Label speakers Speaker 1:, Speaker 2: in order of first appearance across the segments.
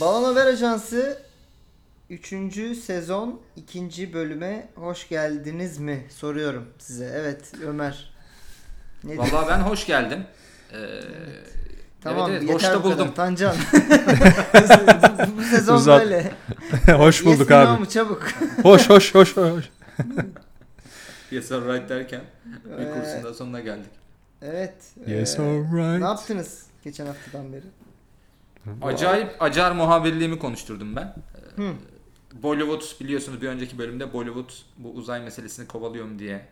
Speaker 1: Balon Haber Ajansı 3. sezon 2. bölüme hoş geldiniz mi soruyorum size. Evet Ömer. Ne diyor?
Speaker 2: Valla ben hoş geldim. Ee,
Speaker 1: Tamam
Speaker 2: evet, evet,
Speaker 1: yeter
Speaker 2: boşta
Speaker 1: bu kadar.
Speaker 2: buldum.
Speaker 1: Tancan. Bu- bu sezon
Speaker 3: Uzat.
Speaker 1: böyle.
Speaker 3: hoş bulduk
Speaker 1: Yesin
Speaker 3: abi.
Speaker 1: namı çabuk.
Speaker 3: Hoş hoş hoş hoş.
Speaker 2: Yes alright derken bir
Speaker 1: Ee,
Speaker 2: kursun da sonuna geldik.
Speaker 1: Evet.
Speaker 3: Yes
Speaker 1: ee, Ne
Speaker 3: alright.
Speaker 1: yaptınız geçen haftadan beri?
Speaker 2: Acayip acar muhabirliğimi konuşturdum ben. Ee,
Speaker 1: Hı.
Speaker 2: Bollywood biliyorsunuz bir önceki bölümde Bollywood bu uzay meselesini kovalıyorum diye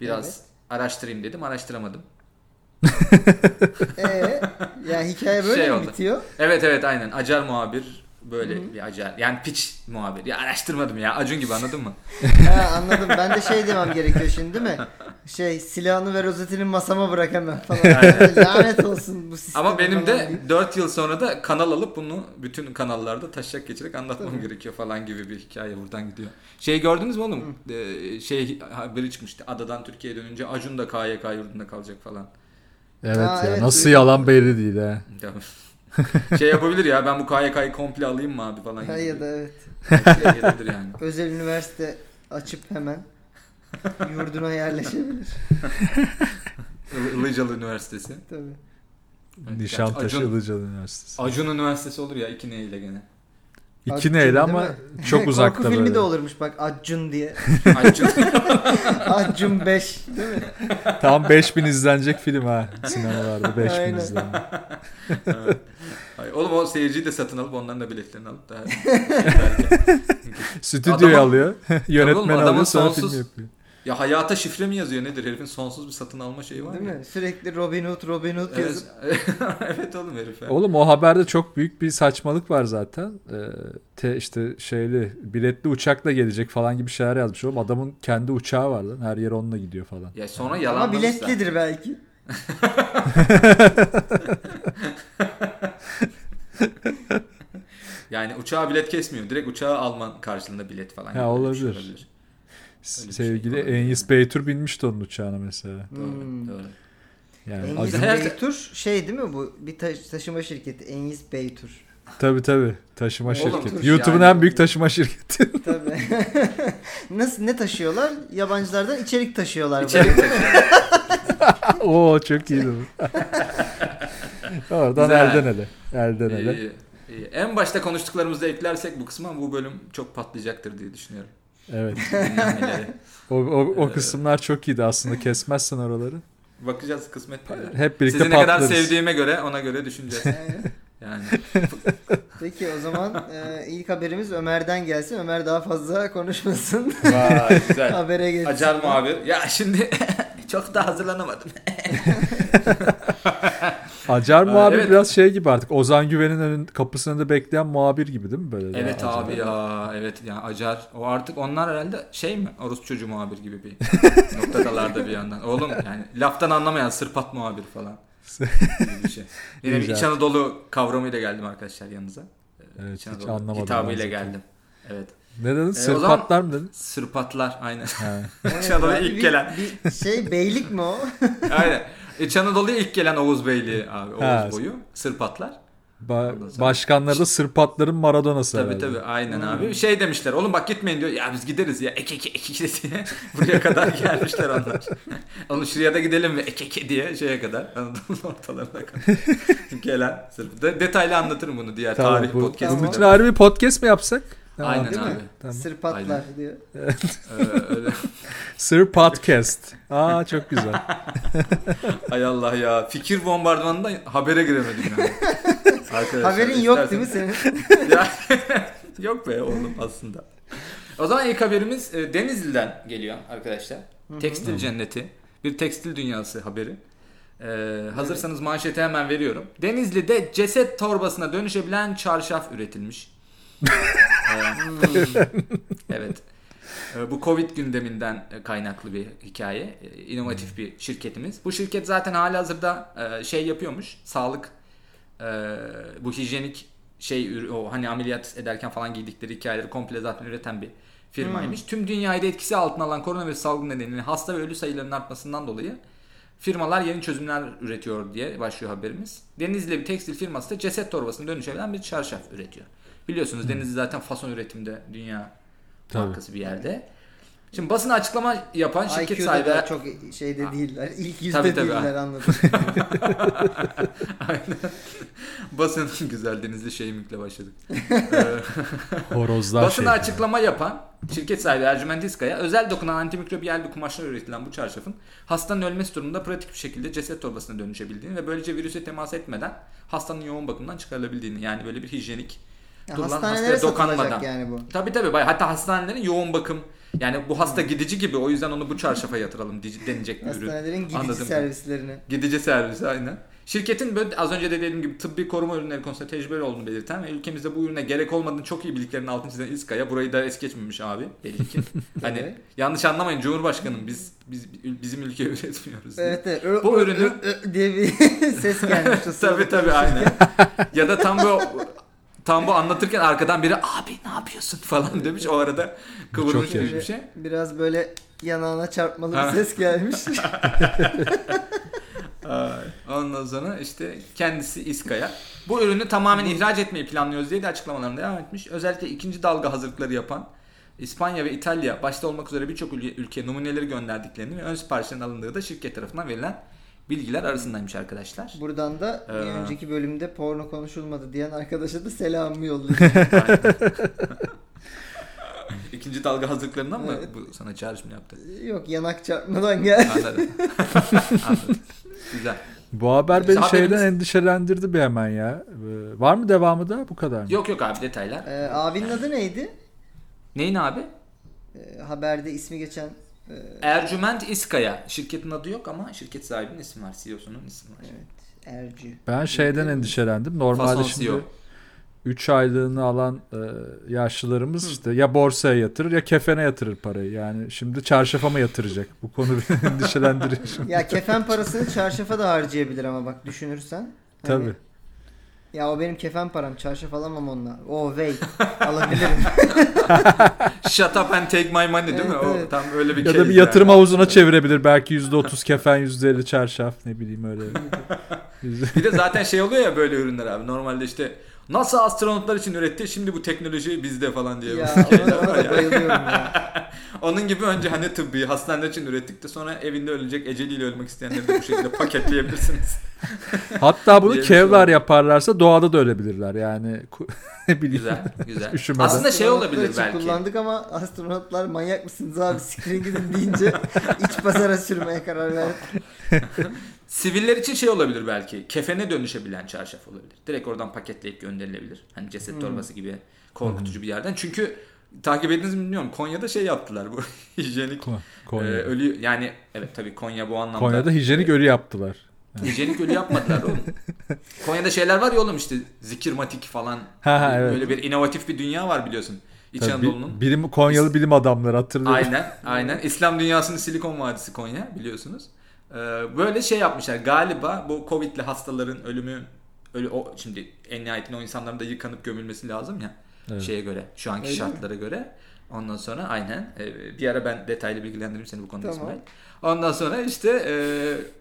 Speaker 2: biraz
Speaker 1: Evet.
Speaker 2: araştırayım dedim araştıramadım.
Speaker 1: Ee, ya hikaye böyle
Speaker 2: Şey
Speaker 1: mi
Speaker 2: oldu.
Speaker 1: bitiyor?
Speaker 2: Evet evet aynen acar muhabir böyle bir acar yani piç muhabir ya araştırmadım ya Acun gibi anladın mı?
Speaker 1: Ha, anladım. Ben de şey demem gerekiyor şimdi değil mi? Şey silahını ve rozetini masama bırak hemen falan.
Speaker 2: Aynen.
Speaker 1: Lanet olsun bu sistem.
Speaker 2: Ama benim de 4 yıl sonra da kanal alıp bunu bütün kanallarda taşak geçerek anlatmam gerekiyor falan gibi bir hikaye buradan gidiyor. Şey gördünüz mü oğlum? Ee, şey haberi çıkmıştı. Adadan Türkiye'ye dönünce Acun da KYK yurdunda kalacak falan.
Speaker 3: Evet
Speaker 1: Aa,
Speaker 3: ya
Speaker 1: evet,
Speaker 3: nasıl
Speaker 1: duydum.
Speaker 3: yalan belli değil ha.
Speaker 2: Ya, şey yapabilir ya ben bu KYK'yı komple alayım mı abi falan. gibi
Speaker 1: Hayır
Speaker 2: bir
Speaker 1: da evet.
Speaker 2: Şey gelebilir yani.
Speaker 1: Özel üniversite açıp hemen yurduna yerleşebilir
Speaker 2: Il- Ilıcalı Üniversitesi.
Speaker 1: tabii.
Speaker 2: Evet,
Speaker 3: Nişantaşı
Speaker 2: Acun-
Speaker 3: Ilıcalı Üniversitesi.
Speaker 2: Acun Üniversitesi olur ya iki neyle gene.
Speaker 3: İki
Speaker 1: Acun
Speaker 3: neyle
Speaker 1: değil
Speaker 3: ama
Speaker 1: mi?
Speaker 3: çok uzakta
Speaker 1: Korku
Speaker 3: böyle.
Speaker 1: filmi de olurmuş bak Accun diye.
Speaker 2: Acun.
Speaker 1: Accun 5 değil mi?
Speaker 3: Tam 5000 izlenecek film ha sinemalarda 5000
Speaker 1: Aynen.
Speaker 3: izlenme.
Speaker 2: Evet. Hayır, oğlum o seyirciyi de satın alıp onların da biletlerini alıp daha
Speaker 3: Stüdyoyu
Speaker 2: Adamın-
Speaker 3: alıyor,
Speaker 2: oğlum,
Speaker 3: yönetmen
Speaker 2: adamın
Speaker 3: alıyor sonra
Speaker 2: sonsuz-
Speaker 3: film yapıyor.
Speaker 2: Ya hayata şifre mi yazıyor nedir herifin sonsuz bir satın alma şeyi var
Speaker 1: Değil
Speaker 2: ya.
Speaker 1: mi? Sürekli Robin Hood Robin Hood yazıp
Speaker 2: Evet, evet oğlum herif ya.
Speaker 3: Oğlum o haberde çok büyük bir saçmalık var zaten. Ee, te işte şeyli biletli uçakla gelecek falan gibi şeyler yazmış oğlum. Adamın kendi uçağı var lan. Her yer onunla gidiyor falan.
Speaker 2: Ya sonra
Speaker 1: ama
Speaker 2: yalanlamışlar.
Speaker 1: biletlidir belki.
Speaker 2: Yani uçağa bilet kesmiyor. Direkt uçağa Alman karşılığında bilet falan. şey
Speaker 3: Ha,
Speaker 2: yapıyor.
Speaker 3: olabilir.
Speaker 2: Öyle bir şey
Speaker 3: Sevgili
Speaker 2: falan.
Speaker 3: Enyis Beytür binmişti onun uçağına mesela.
Speaker 2: Doğru,
Speaker 1: Hmm.
Speaker 2: doğru.
Speaker 3: Yani
Speaker 1: Engiz
Speaker 3: Acun...
Speaker 2: Her-
Speaker 1: Beytur şey değil mi bu? Bir taş- taşıma şirketi Engiz Beytur.
Speaker 3: Tabii tabii. Taşıma
Speaker 2: Oğlum,
Speaker 3: şirketi.
Speaker 2: Türk
Speaker 3: YouTube'un
Speaker 2: yani.
Speaker 3: en büyük taşıma şirketi.
Speaker 1: Tabii. Nasıl ne taşıyorlar? Yabancılardan içerik taşıyorlar.
Speaker 2: İçerik taşıyor.
Speaker 3: Oo çok iyiydi bu. Oradan
Speaker 2: Güzel.
Speaker 3: elden ele. Elden ele.
Speaker 2: İyi, iyi. En başta konuştuklarımızı eklersek bu kısma bu bölüm çok patlayacaktır diye düşünüyorum.
Speaker 3: Evet.
Speaker 2: Bilmem neleri.
Speaker 3: O, o, o kısımlar çok iyiydi aslında. Kesmezsen oraları.
Speaker 2: Bakacağız kısmet.
Speaker 3: Hep birlikte
Speaker 2: Sizi ne kadar
Speaker 3: patlarız.
Speaker 2: sevdiğime göre ona göre düşüneceğiz.
Speaker 1: Yani.
Speaker 2: Yani.
Speaker 1: Peki o zaman e, ilk haberimiz Ömer'den gelsin. Ömer daha fazla konuşmasın.
Speaker 2: Vay güzel.
Speaker 1: Habere geçsin.
Speaker 2: Acar muhabir. Ya şimdi çok da hazırlanamadım.
Speaker 3: Acar
Speaker 2: Ee,
Speaker 3: muhabir
Speaker 2: evet.
Speaker 3: biraz şey gibi artık. Ozan Güven'in önün, kapısının önünde bekleyen muhabir gibi değil mi böyle?
Speaker 2: Evet
Speaker 3: Acar?
Speaker 2: abi ya. Evet ya Acar. O artık onlar herhalde şey mi? Orospu çocuğu muhabir gibi bir noktadalarda bir yandan. Oğlum yani laftan anlamayan sırpat muhabir falan. gibi bir şey. Yine bir
Speaker 3: Güzel.
Speaker 2: İç Anadolu kavramıyla geldim arkadaşlar yanınıza. Ee,
Speaker 3: Evet, hiç
Speaker 2: Anadolu
Speaker 3: anlamadım
Speaker 2: Hitabıyla
Speaker 3: ben zaten.
Speaker 2: geldim. Evet.
Speaker 3: Ne dedin?
Speaker 2: Ee, o zaman-
Speaker 3: Sırpatlar mı dedin?
Speaker 2: Sırpatlar aynen.
Speaker 3: Ha.
Speaker 2: İç Anadolu'ya
Speaker 1: abi,
Speaker 2: ilk
Speaker 1: bir-
Speaker 2: gelen.
Speaker 1: Bir şey beylik mi o?
Speaker 2: aynen. İç Anadolu'ya ilk gelen Oğuz Beyli abi. Oğuz
Speaker 3: Ha.
Speaker 2: boyu. Sırpatlar.
Speaker 3: Ba-
Speaker 2: Ondan sonra-
Speaker 3: başkanları da Sırpatların Maradona'sı
Speaker 2: Tabii
Speaker 3: herhalde.
Speaker 2: tabii aynen abi. Şey demişler oğlum bak gitmeyin diyor. Ya biz gideriz ya ek ek ek ek diye. Buraya kadar gelmişler onlar. oğlum şuraya da gidelim ve ek ek diye şeye kadar. Anadolu'nun ortalarına kadar gelen. Sırf de, detaylı anlatırım bunu diğer
Speaker 3: Tamam,
Speaker 2: tarih
Speaker 3: bu,
Speaker 2: podcast'ında.
Speaker 3: bu bütün ayrı bir podcast mı yapsak? Tamam.
Speaker 2: Aynen
Speaker 1: Değil mi?
Speaker 2: abi.
Speaker 3: Tamam.
Speaker 1: Sırpatlar diyor.
Speaker 2: Ee, öyle.
Speaker 3: Sır podcast. Aa çok güzel.
Speaker 2: Hay Allah ya. Fikir bombardımanından habere giremedim yani. Arkadaşlar,
Speaker 1: Haberin yok
Speaker 2: isterseniz-
Speaker 1: değil mi senin?
Speaker 2: Ya, Yok be oğlum aslında. O zaman ilk haberimiz e, Denizli'den geliyor arkadaşlar. Tekstil cenneti. Bir tekstil dünyası haberi. E, hazırsanız manşeti hemen veriyorum. Denizli'de ceset torbasına dönüşebilen çarşaf üretilmiş. E, evet. E, Bu Covid gündeminden e, kaynaklı bir hikaye. E, İnovatif bir şirketimiz. Bu şirket zaten halihazırda e, şey yapıyormuş. Sağlık e, bu hijyenik şey ür- o hani ameliyat ederken falan giydikleri hikayeleri komple zaten üreten bir firmaymış. Tüm dünyayı da etkisi altına alan koronavirüs salgını nedeniyle hasta ve ölü sayılarının artmasından dolayı Firmalar yeni çözümler üretiyor diye başlıyor haberimiz. Denizli bir tekstil firması da ceset torbasını dönüşebilen bir çarşaf üretiyor. Biliyorsunuz Denizli zaten fason üretimde dünya
Speaker 3: Tabii.
Speaker 2: markası bir yerde. Şimdi basına açıklama yapan şirket
Speaker 1: IQ'da
Speaker 2: sahibi
Speaker 1: da çok şeyde değiller. İlk yüzde
Speaker 2: Tabii, tabii.
Speaker 1: değiller anladım.
Speaker 2: Aynen. Basın güzel denizli şeyimlikle başladık.
Speaker 3: Horozlar
Speaker 2: Basına
Speaker 3: şey.
Speaker 2: açıklama yapan şirket sahibi Ercüment İskaya özel dokunan antimikrobiyal bir kumaşla üretilen bu çarşafın hastanın ölmesi durumunda pratik bir şekilde ceset torbasına dönüşebildiğini ve böylece virüse temas etmeden hastanın yoğun bakımdan çıkarılabildiğini yani böyle bir hijyenik
Speaker 1: Ya
Speaker 2: dur lan
Speaker 1: Hastanelere
Speaker 2: hastaya
Speaker 1: satılacak
Speaker 2: dokunmadan.
Speaker 1: yani bu.
Speaker 2: Tabii tabii bayağı. hatta hastanelerin yoğun bakım yani bu hasta
Speaker 1: Hmm.
Speaker 2: gidici gibi o yüzden onu bu çarşafa yatıralım diye- denecek bir ürün.
Speaker 1: Hastanelerin gidici
Speaker 2: Anladım.
Speaker 1: servislerine.
Speaker 2: Gidici servisi aynen. Şirketin böyle az önce de dediğim gibi tıbbi koruma ürünleri konusunda tecrübeli olduğunu belirten ve ülkemizde bu ürüne gerek olmadığını çok iyi bildiklerinin altını çizen İSKA'ya burayı da es geçmemiş abi belli ki. hani
Speaker 1: Evet.
Speaker 2: yanlış anlamayın Cumhurbaşkanım biz biz bizim ülke üretmiyoruz. diye.
Speaker 1: Evet evet. Ö-
Speaker 2: Bu
Speaker 1: ö-
Speaker 2: ürünü-
Speaker 1: ö- ö diye bir ses gelmiş. o sırada.
Speaker 2: tabii tabii aynen. ya da tam bu tam bu anlatırken arkadan biri abi ne yapıyorsun falan demiş o arada kıvırmış
Speaker 3: Çok iyi.
Speaker 2: gibi bir şey.
Speaker 1: Biraz böyle yanağına çarpmalı
Speaker 2: Ha.
Speaker 1: bir ses gelmiş.
Speaker 2: Ay. Ondan sonra işte kendisi İSKA'ya. Bu ürünü tamamen ihraç etmeyi planlıyoruz diye de açıklamalarına devam etmiş. Özellikle ikinci dalga hazırlıkları yapan İspanya ve İtalya başta olmak üzere birçok ülke, ülkeye numuneleri gönderdiklerini ve ön siparişlerin alındığı da şirket tarafından verilen bilgiler arasındaymış arkadaşlar.
Speaker 1: Buradan da bir
Speaker 2: Ee.
Speaker 1: önceki bölümde porno konuşulmadı diyen arkadaşa da selamımı yolluyorum.
Speaker 2: İkinci dalga hazırlıklarından mı
Speaker 1: Evet.
Speaker 2: bu sana çağrışım yaptı?
Speaker 1: Yok yanak çarpmadan gel.
Speaker 2: Anladım. Anladım. Güzel.
Speaker 3: Bu haber beni
Speaker 2: Haberimiz-
Speaker 3: şeyden endişelendirdi bir hemen ya. Ee, Var mı devamı da bu kadar mı?
Speaker 2: Yok yok abi detaylar.
Speaker 1: Ee, abinin adı neydi?
Speaker 2: Neyin abi?
Speaker 1: Ee, haberde ismi geçen e,
Speaker 2: Ercüment İSKA'ya. Şirketin adı yok ama şirket sahibinin ismi var. CEO'sunun ismi var.
Speaker 1: Ercü.
Speaker 3: Ben şeyden
Speaker 2: Ee,
Speaker 3: endişelendim. Normalde
Speaker 2: Fason
Speaker 3: şimdi
Speaker 2: CEO.
Speaker 3: 3 aylığını alan e, yaşlılarımız işte ya borsaya yatırır ya kefene yatırır parayı. Yani şimdi çarşafa mı yatıracak? Bu konu beni endişelendiriyor. şimdi.
Speaker 1: Ya kefen parasını çarşafa da harcayabilir ama bak düşünürsen. Hani-
Speaker 3: Tabii.
Speaker 1: Ya o benim kefen param. Çarşaf alamam onunla. Oh wait. Alabilirim.
Speaker 2: Shut up and take my money değil mi?
Speaker 1: Evet,
Speaker 2: O
Speaker 1: evet.
Speaker 2: tam öyle bir
Speaker 3: Ya da
Speaker 2: case
Speaker 3: bir yatırım
Speaker 2: yani.
Speaker 3: havuzuna çevirebilir. Belki %30 kefen, %50 çarşaf. Ne bileyim öyle.
Speaker 2: Bir de zaten şey oluyor ya böyle ürünler abi. Normalde işte NASA astronotlar için üretti. Şimdi bu teknoloji bizde falan diye.
Speaker 1: ya
Speaker 2: böyle
Speaker 1: ona,
Speaker 2: şeyler
Speaker 1: ona
Speaker 2: var
Speaker 1: da
Speaker 2: ya.
Speaker 1: bayılıyorum ya.
Speaker 2: Onun gibi önce hani tıbbi hastaneler için ürettik de sonra evinde ölecek eceliyle ölmek isteyenleri de bu şekilde paketleyebilirsiniz.
Speaker 3: Hatta bunu
Speaker 2: Diye bir
Speaker 3: kevlar
Speaker 2: şey
Speaker 3: yaparlarsa doğada da ölebilirler. Yani ku- ne bileyim.
Speaker 2: Güzel, güzel.
Speaker 3: Üşümeden.
Speaker 2: Aslında şey olabilir
Speaker 1: Astronotlar için
Speaker 2: belki.
Speaker 1: kullandık ama astronotlar manyak mısınız abi siktirin gidin deyince iç pazara sürmeye karar verdik.
Speaker 2: Siviller için şey olabilir belki. Kefene dönüşebilen çarşaf olabilir. Direkt oradan paketleyip gönderilebilir. Hani ceset
Speaker 1: Hmm.
Speaker 2: torbası gibi korkutucu
Speaker 3: Hmm.
Speaker 2: bir yerden. Çünkü takip ettiniz mi bilmiyorum. Konya'da şey yaptılar bu hijyenik
Speaker 3: Ko-
Speaker 2: e,
Speaker 3: Konya.
Speaker 2: ölü Ee, yani evet tabii Konya bu anlamda. Ee,
Speaker 3: Konya'da hijyenik ölü yaptılar.
Speaker 2: hijyenik ölü yapmadılar oğlum. Konya'da şeyler var ya oğlum işte zikirmatik falan.
Speaker 3: Ha, ha, evet.
Speaker 2: Böyle bir inovatif bir dünya var biliyorsun. İç
Speaker 3: Tabii
Speaker 2: Anadolu'nun.
Speaker 3: bi- bilim Konyalı bilim adamları hatırlıyorum.
Speaker 2: Aynen, aynen. İslam dünyasının Silikon Vadisi Konya biliyorsunuz. Ee, böyle şey yapmışlar. Galiba bu Covid'li hastaların ölümü ölü o şimdi en nihayetinde o insanların da yıkanıp gömülmesi lazım ya.
Speaker 3: Evet.
Speaker 2: Şeye göre, şu anki
Speaker 1: Öyle
Speaker 2: şartlara göre. Ondan sonra aynen. Ee, bir ara ben detaylı bilgilendireyim seni bu konuda
Speaker 1: Tamam.
Speaker 2: İsmail. Ondan sonra işte e,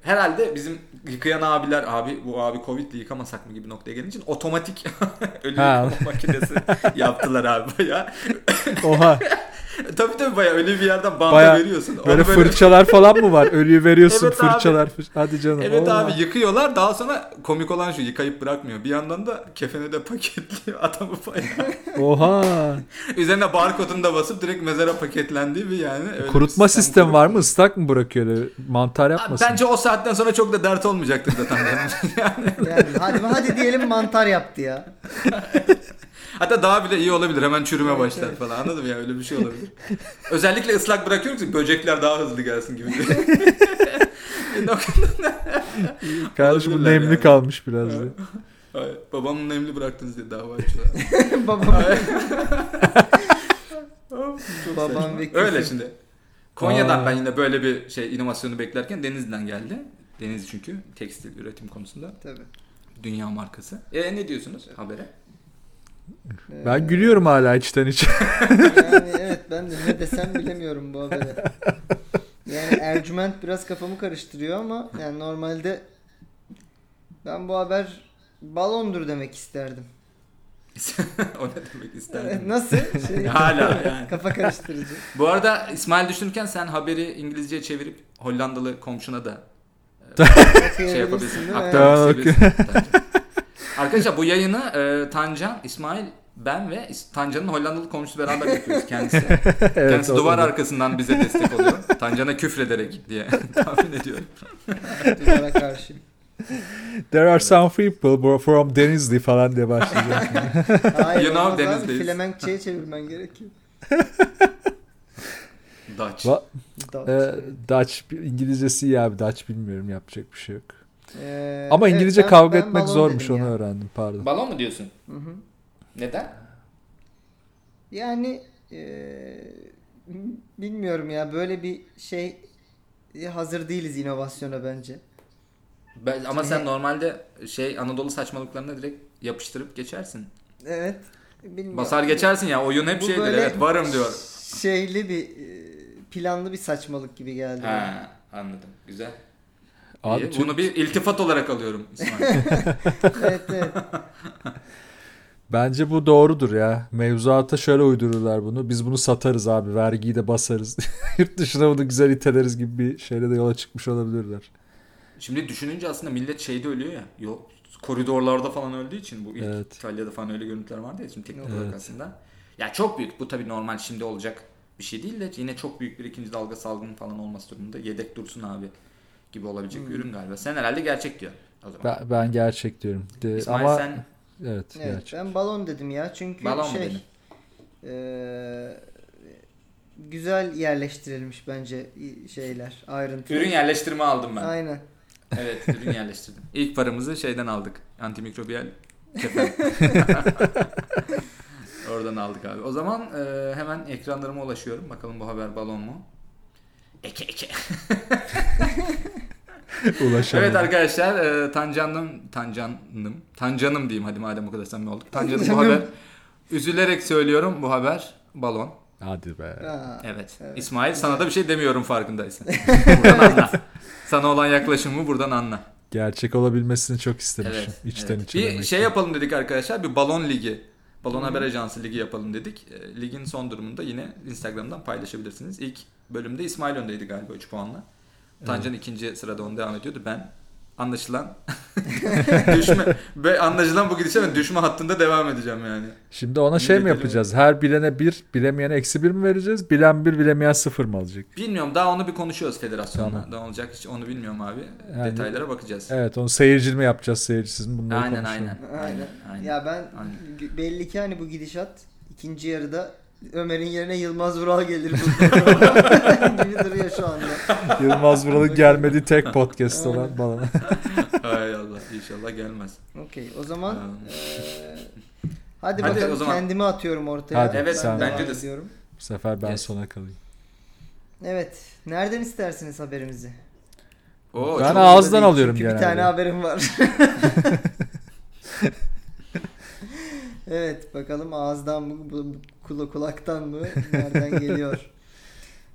Speaker 2: herhalde bizim yıkayan abiler abi bu abi Covid'li yıkamasak mı gibi noktaya gelince otomatik ölü
Speaker 3: Ha.
Speaker 2: yıkama makinesi yaptılar abi ya.
Speaker 3: Oha
Speaker 2: E, Tabii tabii bayağı öyle bir yerden banta
Speaker 3: Bayağı
Speaker 2: veriyorsun. Onu
Speaker 3: böyle fırçalar falan mı var? Ölüyü veriyorsun
Speaker 2: Evet abi.
Speaker 3: fırçalar. fırç- Hadi canım.
Speaker 2: Evet
Speaker 3: oha.
Speaker 2: abi yıkıyorlar daha sonra komik olan şu yıkayıp bırakmıyor. Bir yandan da kefene de paketliyor adamı bayağı.
Speaker 3: Oha.
Speaker 2: Üzerine barkodunu da basıp direkt mezara paketlendiği bir yani. öyle bir
Speaker 3: Kurutma
Speaker 2: sistem
Speaker 3: sistemi var
Speaker 2: kuruyor.
Speaker 3: mı? Islak mı bırakıyor öyle? Mantar
Speaker 2: Abi
Speaker 3: yapmasın.
Speaker 2: Bence o saatten sonra çok da dert olmayacaktır zaten.
Speaker 1: Yani hadi hadi diyelim mantar yaptı ya.
Speaker 2: Hatta daha bile iyi olabilir. Hemen çürüme
Speaker 1: Evet,
Speaker 2: başlar
Speaker 1: evet.
Speaker 2: falan. Anladın mı ya? Öyle bir şey olabilir. Özellikle ıslak bırakıyoruz ki böcekler daha hızlı gelsin gibi. Bir nokta-
Speaker 3: Kardeşim bu
Speaker 2: olabilirler
Speaker 3: nemli
Speaker 2: yani.
Speaker 3: kalmış biraz diye.
Speaker 2: Ay, Babamın nemli bıraktınız diye dava açtılar.
Speaker 1: Babam.
Speaker 2: Saçma.
Speaker 1: Babam ve
Speaker 2: Öyle
Speaker 1: küfür.
Speaker 2: şimdi. Konya'dan
Speaker 3: Aa.
Speaker 2: ben yine böyle bir şey inovasyonu beklerken Denizli'den geldi. Denizli çünkü tekstil üretim konusunda
Speaker 1: Tabii.
Speaker 2: dünya markası. E ne diyorsunuz habere?
Speaker 1: Ee,
Speaker 3: Ben gülüyorum hala içten içe.
Speaker 1: Yani evet ben de ne desem bilemiyorum bu habere. Yani Ercüment biraz kafamı karıştırıyor ama yani normalde ben bu haber balondur demek isterdim.
Speaker 2: o ne demek isterdim.
Speaker 1: Evet, nasıl? Şey,
Speaker 2: Hala yani.
Speaker 1: kafa karıştırıcı.
Speaker 2: Bu arada İsmail düşünürken sen haberi İngilizceye çevirip Hollandalı komşuna da şey
Speaker 1: Okuyabilirsin
Speaker 2: yapabilirsin.
Speaker 1: değil mi?
Speaker 2: aktarmak
Speaker 3: Evet.
Speaker 2: isteyebilirsin Tancan. Arkadaşlar bu yayını e, Tancan, İsmail, ben ve İs- Tancan'ın Hollandalı komşusu beraber yapıyoruz kendisi. Kendisi
Speaker 3: o
Speaker 2: duvar
Speaker 3: da.
Speaker 2: arkasından bize destek oluyor. Tancan'a küfrederek diye tahmin ediyorum.
Speaker 1: Evet, duvara karşı.
Speaker 3: There are some people bro- from Denizli falan diye başlayacak.
Speaker 1: Hayır,
Speaker 2: You know,
Speaker 1: olmaz abi.
Speaker 2: denizdeyiz.
Speaker 1: Flemenkçe'ye çevirmen gerekiyor.
Speaker 2: Dutch.
Speaker 3: Va-
Speaker 1: Dutch.
Speaker 3: Ee, Dutch İngilizcesi iyi abi Dutch bilmiyorum yapacak bir şey yok.
Speaker 1: Ee,
Speaker 3: Ama
Speaker 1: evet,
Speaker 3: İngilizce
Speaker 1: ben-
Speaker 3: kavga
Speaker 1: ben
Speaker 3: etmek
Speaker 1: balon
Speaker 3: zormuş
Speaker 1: dedim
Speaker 3: onu
Speaker 1: ya.
Speaker 3: öğrendim pardon.
Speaker 2: Balon mu diyorsun?
Speaker 1: Hı hı.
Speaker 2: Neden?
Speaker 1: Yani eee, bilmiyorum ya böyle bir şey hazır değiliz inovasyona bence.
Speaker 2: Ben- ama
Speaker 3: Ee,
Speaker 2: sen normalde şey Anadolu saçmalıklarına direkt yapıştırıp geçersin.
Speaker 1: Evet. Bilmiyorum.
Speaker 2: Basar geçersin ya oyun hep
Speaker 1: Bu
Speaker 2: şeydir
Speaker 1: böyle-
Speaker 2: evet varım diyor.
Speaker 1: Şeyli bir eee, planlı bir saçmalık gibi geldi. bana.
Speaker 2: Ha, anladım güzel.
Speaker 3: Abi
Speaker 2: İyi,
Speaker 3: Türk-
Speaker 2: Bunu bir iltifat olarak alıyorum İsmail.
Speaker 1: evet evet.
Speaker 3: Bence bu doğrudur ya. Mevzuata şöyle uydururlar bunu. Biz bunu satarız abi. Vergiyi de basarız. Yurt dışına bunu güzel iteleriz gibi bir şeyle de yola çıkmış olabilirler.
Speaker 2: Şimdi düşününce aslında millet şeyde ölüyor ya. Yol, koridorlarda falan öldüğü için bu ilk
Speaker 3: Evet.
Speaker 2: İtalya'da falan öyle görüntüler vardı ya şimdi teknik olarak
Speaker 3: Evet.
Speaker 2: aslında. Ya çok büyük. Bu tabii normal şimdi olacak bir şey değil de yine çok büyük bir ikinci dalga salgın falan olması durumunda yedek dursun abi gibi olabilecek bir ürün galiba. Sen herhalde gerçek diyor o zaman.
Speaker 3: Ben, ben gerçek diyorum. De-
Speaker 2: İsmail
Speaker 3: e, ama
Speaker 2: sen
Speaker 3: evet,
Speaker 1: evet
Speaker 3: gerçek.
Speaker 1: ben balon dedim ya çünkü
Speaker 2: balon mu
Speaker 1: şey
Speaker 2: dedin?
Speaker 1: eee, güzel yerleştirilmiş bence şeyler ayrıntı.
Speaker 2: Ürün yerleştirme aldım ben.
Speaker 1: Aynen.
Speaker 2: Evet ürün yerleştirdim. İlk paramızı şeyden aldık. Antimikrobiyal kefen. Oradan aldık abi. O zaman e, hemen ekranlarıma ulaşıyorum. Bakalım bu haber balon mu? Eke eke.
Speaker 3: Ulaşamadım.
Speaker 2: Evet arkadaşlar e, Tancan'ım Tancan'ım Tancan'ım diyeyim hadi madem o kadar samimi olduk. Tancan'ım bu haber. Üzülerek söylüyorum bu haber balon.
Speaker 3: Hadi be.
Speaker 1: Ha.
Speaker 2: Evet.
Speaker 1: Evet.
Speaker 2: İsmail sana da bir şey demiyorum farkındaysan. buradan anla. Sana olan yaklaşımımı buradan anla.
Speaker 3: Gerçek olabilmesini çok istemişim.
Speaker 2: Evet.
Speaker 3: İçten
Speaker 2: evet.
Speaker 3: içe.
Speaker 2: Bir
Speaker 3: demek
Speaker 2: şey
Speaker 3: ki.
Speaker 2: yapalım dedik arkadaşlar. Bir balon ligi. Balon Haber Ajansı ligi yapalım dedik. E, Ligin son durumunda yine Instagram'dan paylaşabilirsiniz. İlk bölümde İsmail öndeydi galiba 3 puanla. Tancan ikinci sırada onu devam ediyordu. Ben anlaşılan düşme ve anlaşılan bu gidişle ben düşme hattında devam edeceğim yani.
Speaker 3: Şimdi ona şey mi
Speaker 2: Bilmediğim-
Speaker 3: yapacağız? Her bilene bir, bilemeyene eksi bir mi vereceğiz? Bilen bir, bilemeyen sıfır mı alacak?
Speaker 2: Bilmiyorum daha onu bir konuşuyoruz federasyonla.
Speaker 3: Tamam.
Speaker 2: Ne olacak hiç onu bilmiyorum abi.
Speaker 3: Yani-
Speaker 2: Detaylara bakacağız.
Speaker 3: Evet onu seyircil mi yapacağız seyircisiz mi? Bunları
Speaker 2: Aynen,
Speaker 3: konuşalım.
Speaker 2: aynen
Speaker 1: Aynen. Ya ben g- belli ki hani bu gidişat ikinci yarıda Ömer'in yerine Yılmaz Vural gelir bu gibi duruyor şu anda.
Speaker 3: Yılmaz Vural'ın gelmediği tek podcast olan balon.
Speaker 2: Hay Allah inşallah gelmez.
Speaker 1: Okey o zaman
Speaker 2: Tamam.
Speaker 1: eee, hadi,
Speaker 2: Hadi
Speaker 1: bakalım
Speaker 2: o zaman.
Speaker 1: kendimi atıyorum ortaya.
Speaker 3: Hadi,
Speaker 1: Ben
Speaker 3: Evet, sen-
Speaker 1: devam
Speaker 2: bence de.
Speaker 1: ediyorum.
Speaker 3: Bu sefer ben
Speaker 2: Yes.
Speaker 3: sona kalayım.
Speaker 1: Evet. Nereden istersiniz haberimizi?
Speaker 2: Oo,
Speaker 3: Ben
Speaker 2: çok-
Speaker 3: ağızdan
Speaker 1: Değil,
Speaker 3: alıyorum
Speaker 1: çünkü
Speaker 3: genelde.
Speaker 1: Bir tane haberim var. evet bakalım ağızdan mı bu- bu- kula kulaktan mı nereden geliyor?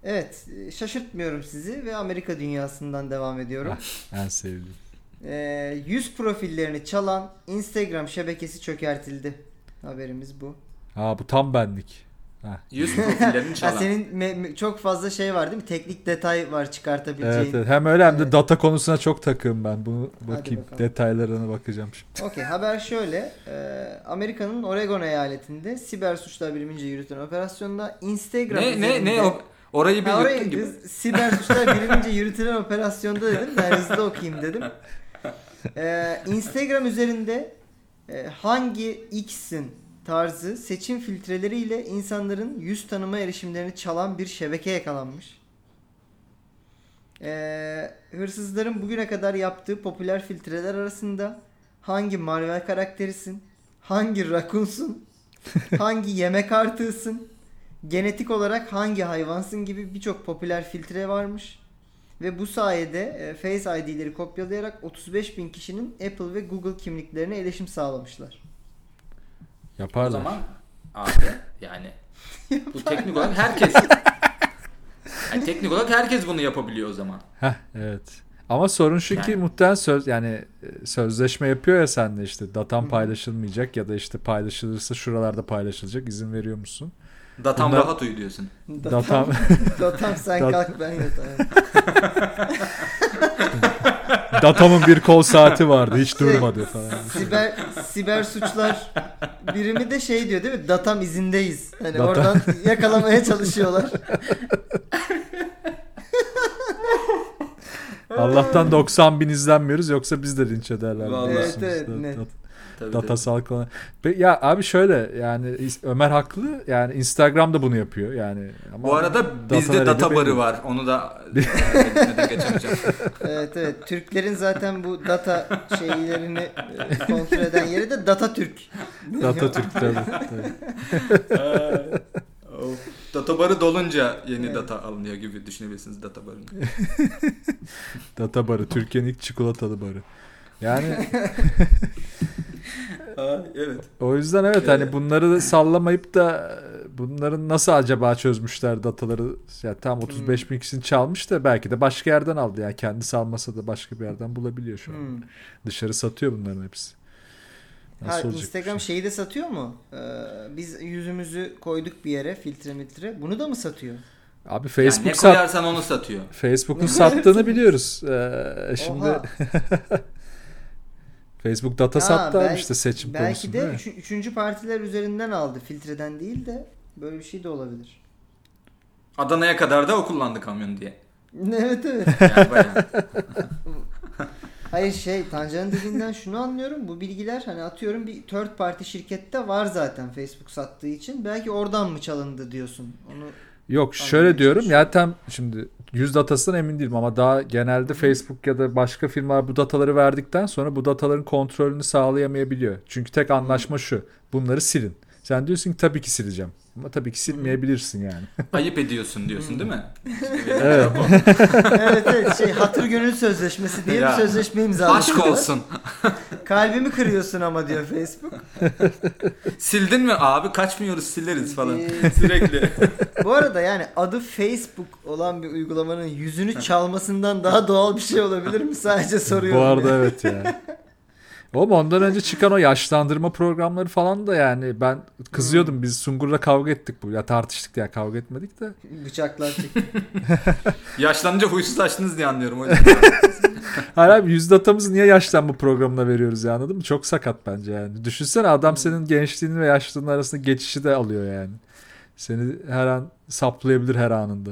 Speaker 1: Evet e, şaşırtmıyorum sizi ve Amerika dünyasından devam ediyorum.
Speaker 3: En sevdiğim.
Speaker 1: Ee, yüz profillerini çalan Instagram şebekesi çökertildi. Haberimiz bu.
Speaker 3: Ha bu tam benlik. Ha.
Speaker 2: Yüz profillerini
Speaker 1: Ha,
Speaker 2: çalan.
Speaker 1: senin me- me- çok fazla şey var değil mi? Teknik detay var çıkartabileceğin.
Speaker 3: Evet, evet. Hem öyle hem de
Speaker 1: Evet.
Speaker 3: data konusuna çok takığım ben. Bunu bakayım.
Speaker 1: bakalım.
Speaker 3: Detaylarına bakacağım şimdi.
Speaker 1: Okey haber şöyle. Ee, Amerika'nın Oregon eyaletinde siber suçlar birimince yürütülen operasyonda Instagram
Speaker 2: Ne ne
Speaker 1: üzerinde-
Speaker 2: ne o, orayı bir
Speaker 1: Ha, oraya
Speaker 2: yuttun gibi.
Speaker 1: gidiyoruz. Siber suçlar birimince yürütülen operasyonda dedim. Ben hızlı okuyayım dedim. Ee, Instagram üzerinde e, hangi X'in tarzı seçim filtreleriyle insanların yüz tanıma erişimlerini çalan bir şebeke yakalanmış. Ee, hırsızların bugüne kadar yaptığı popüler filtreler arasında hangi Marvel karakterisin, hangi rakunsun, hangi yemek artığısın, genetik olarak hangi hayvansın gibi birçok popüler filtre varmış. Ve bu sayede e, Face ID'leri kopyalayarak 35 bin kişinin Apple ve Google kimliklerine erişim sağlamışlar.
Speaker 2: O
Speaker 3: Yaparlar.
Speaker 2: zaman abi yani bu teknik olarak herkes Yani teknik olarak herkes bunu yapabiliyor o zaman.
Speaker 3: Heh, evet. Ama sorun şu ki
Speaker 2: Yani.
Speaker 3: muhtemelen söz yani e, sözleşme yapıyor ya senle işte datan paylaşılmayacak ya da işte paylaşılırsa şuralarda paylaşılacak izin veriyor musun?
Speaker 2: Datam
Speaker 3: Bunlar-
Speaker 2: rahat uyu diyorsun.
Speaker 3: Datam
Speaker 1: Datam sen
Speaker 3: Dat-
Speaker 1: kalk ben yatağım.
Speaker 3: datamın bir kol saati vardı hiç
Speaker 1: Şey,
Speaker 3: durmadı falan.
Speaker 1: Siber siber suçlar birimi de şey diyor değil mi? Datam izindeyiz. Hani
Speaker 3: Datam.
Speaker 1: oradan yakalamaya çalışıyorlar.
Speaker 2: Ee.
Speaker 3: Allah'tan 90 bin izlenmiyoruz yoksa biz de linç ederler.
Speaker 2: Vallahi.
Speaker 3: biliyorsunuz.
Speaker 1: Evet, evet,
Speaker 3: Dat-
Speaker 1: net.
Speaker 3: dat-
Speaker 2: Tabii, tabii.
Speaker 3: Datasal konu. Pe- Ya abi şöyle yani is- Ömer haklı yani Instagram da bunu yapıyor yani. Ama
Speaker 2: Bu arada bizde
Speaker 3: nerede
Speaker 2: data barı
Speaker 3: belli.
Speaker 2: var. Onu da e, geçemeyeceğim.
Speaker 1: Evet evet. Türklerin zaten bu data şeylerini e, kontrol eden yeri de Data Türk.
Speaker 3: Data Türk tabii, tabii.
Speaker 2: Of. Data barı dolunca yeni
Speaker 1: Evet.
Speaker 2: data alınıyor gibi düşünebilirsiniz data barını.
Speaker 3: Data barı Türkiye'nin ilk çikolatalı barı. Yani
Speaker 2: Aa, evet.
Speaker 3: O yüzden evet hani
Speaker 2: Ee,
Speaker 3: bunları da sallamayıp da bunların nasıl acaba çözmüşler dataları? Ya tam 35
Speaker 2: Hmm.
Speaker 3: bin kişinin çalmış da belki de başka yerden aldı. Yani kendisi almasa da başka bir yerden bulabiliyor şu an.
Speaker 1: Hmm.
Speaker 3: Dışarı satıyor bunların hepsi.
Speaker 1: Ha,
Speaker 3: Nasıl olacak? bu
Speaker 1: Instagram
Speaker 3: şey?
Speaker 1: şeyi de satıyor mu? Ee, biz yüzümüzü koyduk bir yere filtre mitre. Bunu da mı satıyor?
Speaker 3: Abi
Speaker 2: Yani ne
Speaker 3: Facebook sat
Speaker 2: koyarsan onu satıyor.
Speaker 3: Facebook'un sattığını biliyoruz. Ee, şimdi
Speaker 1: Oha.
Speaker 3: Facebook data
Speaker 1: Ha,
Speaker 3: sattı abi
Speaker 1: bel-
Speaker 3: işte seçim
Speaker 1: Belki
Speaker 3: konusunda.
Speaker 1: de
Speaker 3: ya.
Speaker 1: üçü- üçüncü partiler üzerinden aldı. Filtreden değil de böyle bir şey de olabilir.
Speaker 2: Adana'ya kadar da o kullandı kamyon diye.
Speaker 1: Evet evet.
Speaker 2: Yani bayağı.
Speaker 1: Hayır şey Tancan'ın dediğinden şunu anlıyorum. Bu bilgiler hani atıyorum bir third party şirkette var zaten Facebook sattığı için. Belki oradan mı çalındı diyorsun. Onu
Speaker 3: Yok
Speaker 1: Anlamaya
Speaker 3: şöyle diyorum
Speaker 1: çalışıyorum.
Speaker 3: ya tam şimdi yüz datasından emin değilim ama daha genelde Facebook ya da başka firmalar bu dataları verdikten sonra bu dataların kontrolünü sağlayamayabiliyor. Çünkü tek anlaşma şu bunları silin. Sen diyorsun ki tabii ki sileceğim. Ama tabii ki silmeyebilirsin yani.
Speaker 2: Ayıp ediyorsun diyorsun değil mi?
Speaker 3: Evet.
Speaker 1: evet evet şey hatır gönül sözleşmesi diye bir
Speaker 2: Ya.
Speaker 1: sözleşme imzaladılar.
Speaker 2: Aşk olsun.
Speaker 1: Kalbimi kırıyorsun ama diyor Facebook.
Speaker 2: Sildin mi abi? Kaçmıyoruz sileriz falan.
Speaker 1: Ee,
Speaker 2: Sürekli.
Speaker 1: Bu arada yani adı Facebook olan bir uygulamanın yüzünü çalmasından daha doğal bir şey olabilir mi? Sadece soruyorum.
Speaker 3: bu arada
Speaker 1: ya.
Speaker 3: evet ya. Oğlum ondan önce çıkan o yaşlandırma programları falan da yani ben kızıyordum biz Sungur'la kavga ettik bu ya tartıştık ya kavga etmedik de.
Speaker 1: Bıçaklar çekti.
Speaker 2: Yaşlanınca huysuzlaştınız diye anlıyorum hocam.
Speaker 3: Hayır abi yüz datamızı niye yaşlanma programına veriyoruz ya anladın mı? Çok sakat bence yani. Düşünsene adam senin gençliğinin ve yaşlılığın arasında geçişi de alıyor yani. Seni her an saplayabilir her anında.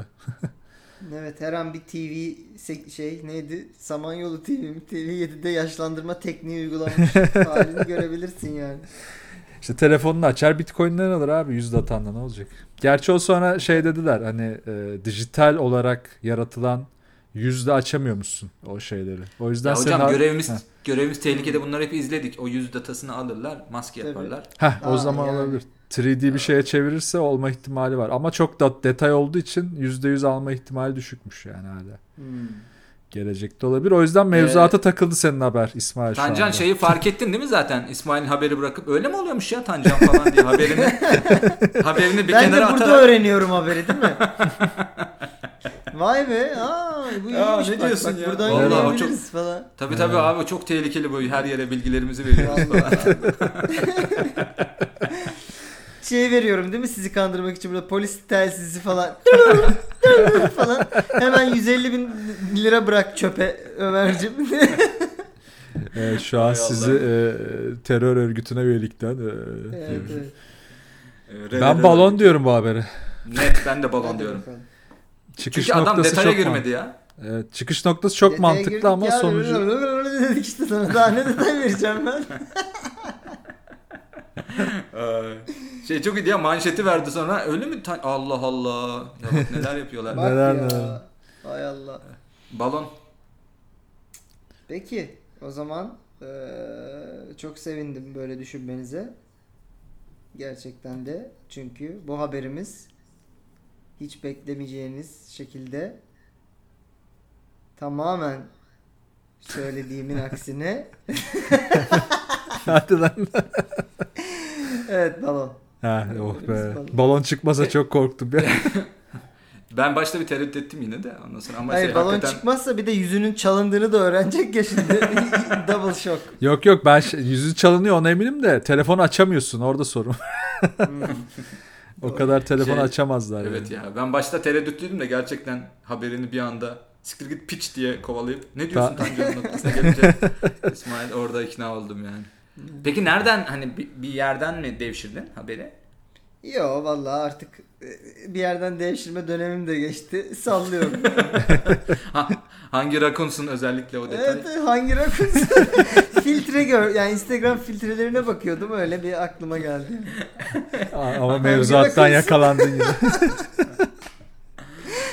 Speaker 1: Evet her an bir TV sek- şey neydi? Samanyolu TV mi? TV 7'de yaşlandırma tekniği uygulamış halini görebilirsin yani.
Speaker 3: İşte telefonunu açar bitcoin'den alır abi yüz datanla ne olacak? Gerçi o sonra şey dediler hani e, dijital olarak yaratılan yüzde açamıyormuşsun o şeyleri. O yüzden
Speaker 2: Ya
Speaker 3: senin
Speaker 2: hocam
Speaker 3: har-
Speaker 2: görevimiz
Speaker 3: Heh.
Speaker 2: görevimiz tehlikede bunları hep izledik. O yüz datasını alırlar, maske
Speaker 1: Tabii.
Speaker 2: yaparlar.
Speaker 3: Heh, o
Speaker 1: Aa,
Speaker 3: zaman
Speaker 1: yani.
Speaker 3: olabilir. 3D bir şeye çevirirse olma ihtimali var. Ama çok da detay olduğu için %100 alma ihtimali düşükmüş yani hala.
Speaker 1: Hmm.
Speaker 3: Gelecekte olabilir. O yüzden mevzuata takıldı senin haber İsmail şu
Speaker 2: Ee, Tancan şey-
Speaker 3: anda.
Speaker 2: şeyi fark ettin değil mi zaten? İsmail'in haberi bırakıp öyle mi oluyormuş ya Tancan falan diye haberini haberini bir
Speaker 1: ben de
Speaker 2: kenara
Speaker 1: burada
Speaker 2: atarak.
Speaker 1: öğreniyorum haberi değil mi? Vay be. Aa, bu
Speaker 2: Ya,
Speaker 1: iyiymiş
Speaker 2: ne
Speaker 1: bak,
Speaker 2: diyorsun
Speaker 1: bak,
Speaker 2: ya?
Speaker 1: Buradan
Speaker 2: Vallahi o çok-
Speaker 1: öğrenebiliriz falan.
Speaker 2: Tabii tabii abi çok tehlikeli bu. Her yere bilgilerimizi veriyoruz falan.
Speaker 1: Şey veriyorum değil mi sizi kandırmak için burada polis telsizi falan falan hemen 150 bin lira bırak çöpe Ömer'cim.
Speaker 3: Ee, şu
Speaker 2: Hay
Speaker 3: an
Speaker 2: Allah.
Speaker 3: sizi e, terör örgütüne üyelikten. e,
Speaker 1: evet, evet.
Speaker 2: Ee,
Speaker 3: Ben balon diyorum bu habere.
Speaker 2: Net ben de balon
Speaker 1: Hadi
Speaker 2: diyorum.
Speaker 1: bakalım.
Speaker 3: Çıkış
Speaker 2: Çünkü adam
Speaker 3: noktası
Speaker 2: detaya
Speaker 3: çok
Speaker 2: girmedi ya.
Speaker 3: man- Evet, çıkış noktası çok
Speaker 1: Detaya girdik
Speaker 3: mantıklı ama
Speaker 1: ya,
Speaker 3: sonucu
Speaker 1: dedik işte sana daha ne detay vereceğim ben.
Speaker 2: Ee, şey çok iyi ya manşeti verdi sonra öyle mi? Tan- Allah Allah. Ya bak neler yapıyorlar.
Speaker 1: Bak
Speaker 3: Neler
Speaker 1: ya.
Speaker 3: neler.
Speaker 1: Hay Allah.
Speaker 2: balon.
Speaker 1: Peki o zaman eee, çok sevindim böyle düşünmenize. Gerçekten de çünkü bu haberimiz hiç beklemeyeceğiniz şekilde tamamen söylediğimin aksine
Speaker 3: Hadi lan.
Speaker 1: evet balon.
Speaker 3: Ha, oh be.
Speaker 1: Balon.
Speaker 3: Balon çıkmasa çok korktum ya.
Speaker 2: Ben başta bir tereddüt ettim yine de ondan sonra ama
Speaker 1: Hayır
Speaker 2: şey,
Speaker 1: balon
Speaker 2: hakikaten
Speaker 1: çıkmazsa bir de yüzünün çalındığını da öğrenecek ya şimdi. Double shock.
Speaker 3: Yok yok ben ş- yüzü çalınıyor ona eminim de telefonu açamıyorsun orada sorun.
Speaker 1: Hmm.
Speaker 3: o kadar telefonu
Speaker 2: Şey,
Speaker 3: açamazlar.
Speaker 2: evet
Speaker 3: yani.
Speaker 2: ya ben başta tereddütlüydüm de gerçekten haberini bir anda siktir git piç diye kovalayıp ne diyorsun
Speaker 3: Ta-
Speaker 2: Tanju'nun noktasına gelince İsmail orada ikna oldum yani. Peki nereden hani bir, bir yerden mi devşirdin haberi?
Speaker 1: Yo vallahi artık e, bir yerden değiştirme dönemim de geçti. Sallıyorum.
Speaker 2: Ha, hangi rakunsun özellikle o detay?
Speaker 1: evet hangi rakun? filtre gör. Yani Instagram filtrelerine bakıyordum öyle bir aklıma geldi.
Speaker 3: A- Ama mevzuattan
Speaker 1: bakıyorsun?
Speaker 3: yakalandın yine.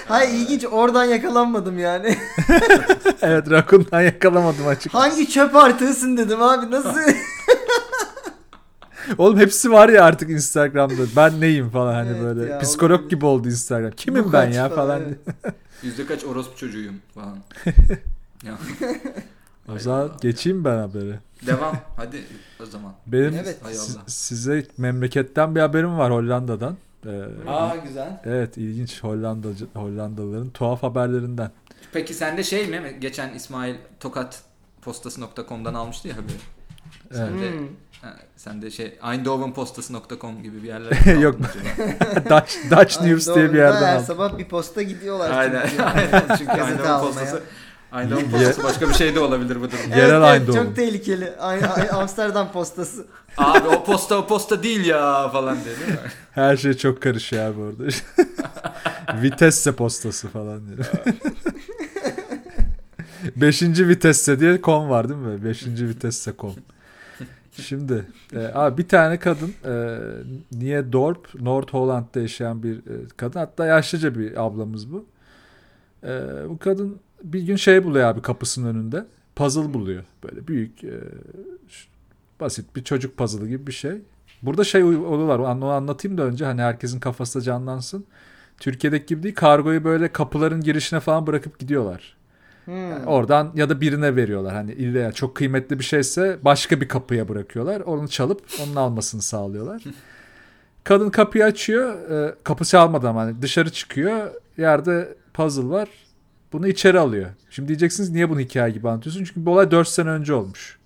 Speaker 1: Hayır ilginç oradan yakalanmadım yani.
Speaker 3: evet rakundan yakalamadım açık.
Speaker 1: hangi çöp artığısın dedim abi nasıl?
Speaker 3: Oğlum hepsi var ya artık Instagram'da. Ben neyim falan hani
Speaker 1: Evet
Speaker 3: böyle.
Speaker 1: ya,
Speaker 3: Psikolog
Speaker 1: olabilir.
Speaker 3: gibi oldu Instagram. Kimim
Speaker 1: Bu
Speaker 3: ben
Speaker 1: kaç
Speaker 3: ya falan.
Speaker 1: evet.
Speaker 2: Yüzde kaç orospu çocuğuyum falan. ya.
Speaker 3: O zaman
Speaker 2: Hayda.
Speaker 3: geçeyim ben haberi.
Speaker 2: Devam hadi o zaman.
Speaker 3: Benim
Speaker 1: Evet.
Speaker 2: Hay
Speaker 3: si-
Speaker 2: Allah.
Speaker 3: size memleketten bir haberim var Hollanda'dan. Ee,
Speaker 2: Aa güzel.
Speaker 3: evet ilginç Hollanda Hollandalıların tuhaf haberlerinden.
Speaker 2: Peki sende şey mi? Geçen İsmail Tokat postası.com'dan almıştı ya haberi. Sen de,
Speaker 1: Hmm.
Speaker 2: ha, sen de şey eindhovenpostası.com gibi bir yerlere
Speaker 3: Yok.
Speaker 2: aldın acaba.
Speaker 3: Dutch, Dutch
Speaker 1: Ay,
Speaker 3: News diye bir
Speaker 1: doğru,
Speaker 3: yerden
Speaker 1: Her
Speaker 3: aldım.
Speaker 1: sabah bir posta gidiyorlar.
Speaker 2: Aynen.
Speaker 1: çünkü.
Speaker 2: Aynen. Çünkü
Speaker 1: Gazete
Speaker 2: Eindhoven
Speaker 1: almaya.
Speaker 2: postası Eindhoven postası başka bir şey de olabilir bu durumda.
Speaker 3: Yerel
Speaker 1: evet, evet,
Speaker 3: Eindhoven.
Speaker 1: Çok tehlikeli. Ay- ay- Amsterdam postası.
Speaker 2: Abi o posta o posta değil ya falan dedi.
Speaker 3: Her şey çok karışıyor abi orada. Vitesse postası falan diyor. Beşinci vitesse diye com var değil mi? Beşinci vitesse com. Şimdi e, abi bir tane kadın e, Niye Dorp, North Holland'da yaşayan bir e, kadın. Hatta yaşlıca bir ablamız bu. E, bu kadın bir gün şey buluyor abi kapısının önünde. Puzzle buluyor. Böyle büyük e, şu- basit bir çocuk puzzle gibi bir şey. Burada şey uy- oluyorlar. Onu anlatayım da önce hani herkesin kafası da canlansın. Türkiye'deki gibi değil kargoyu böyle kapıların girişine falan bırakıp gidiyorlar.
Speaker 1: Hmm.
Speaker 3: Oradan ya da birine veriyorlar. Hani illa ya çok kıymetli bir şeyse başka bir kapıya bırakıyorlar. Onu çalıp onun almasını sağlıyorlar. Kadın kapıyı açıyor. e, Kapı çalmadan hani dışarı çıkıyor. Yerde puzzle var. Bunu içeri alıyor. Şimdi diyeceksiniz niye bunu hikaye gibi anlatıyorsun? Çünkü bu olay 4 sene önce olmuş.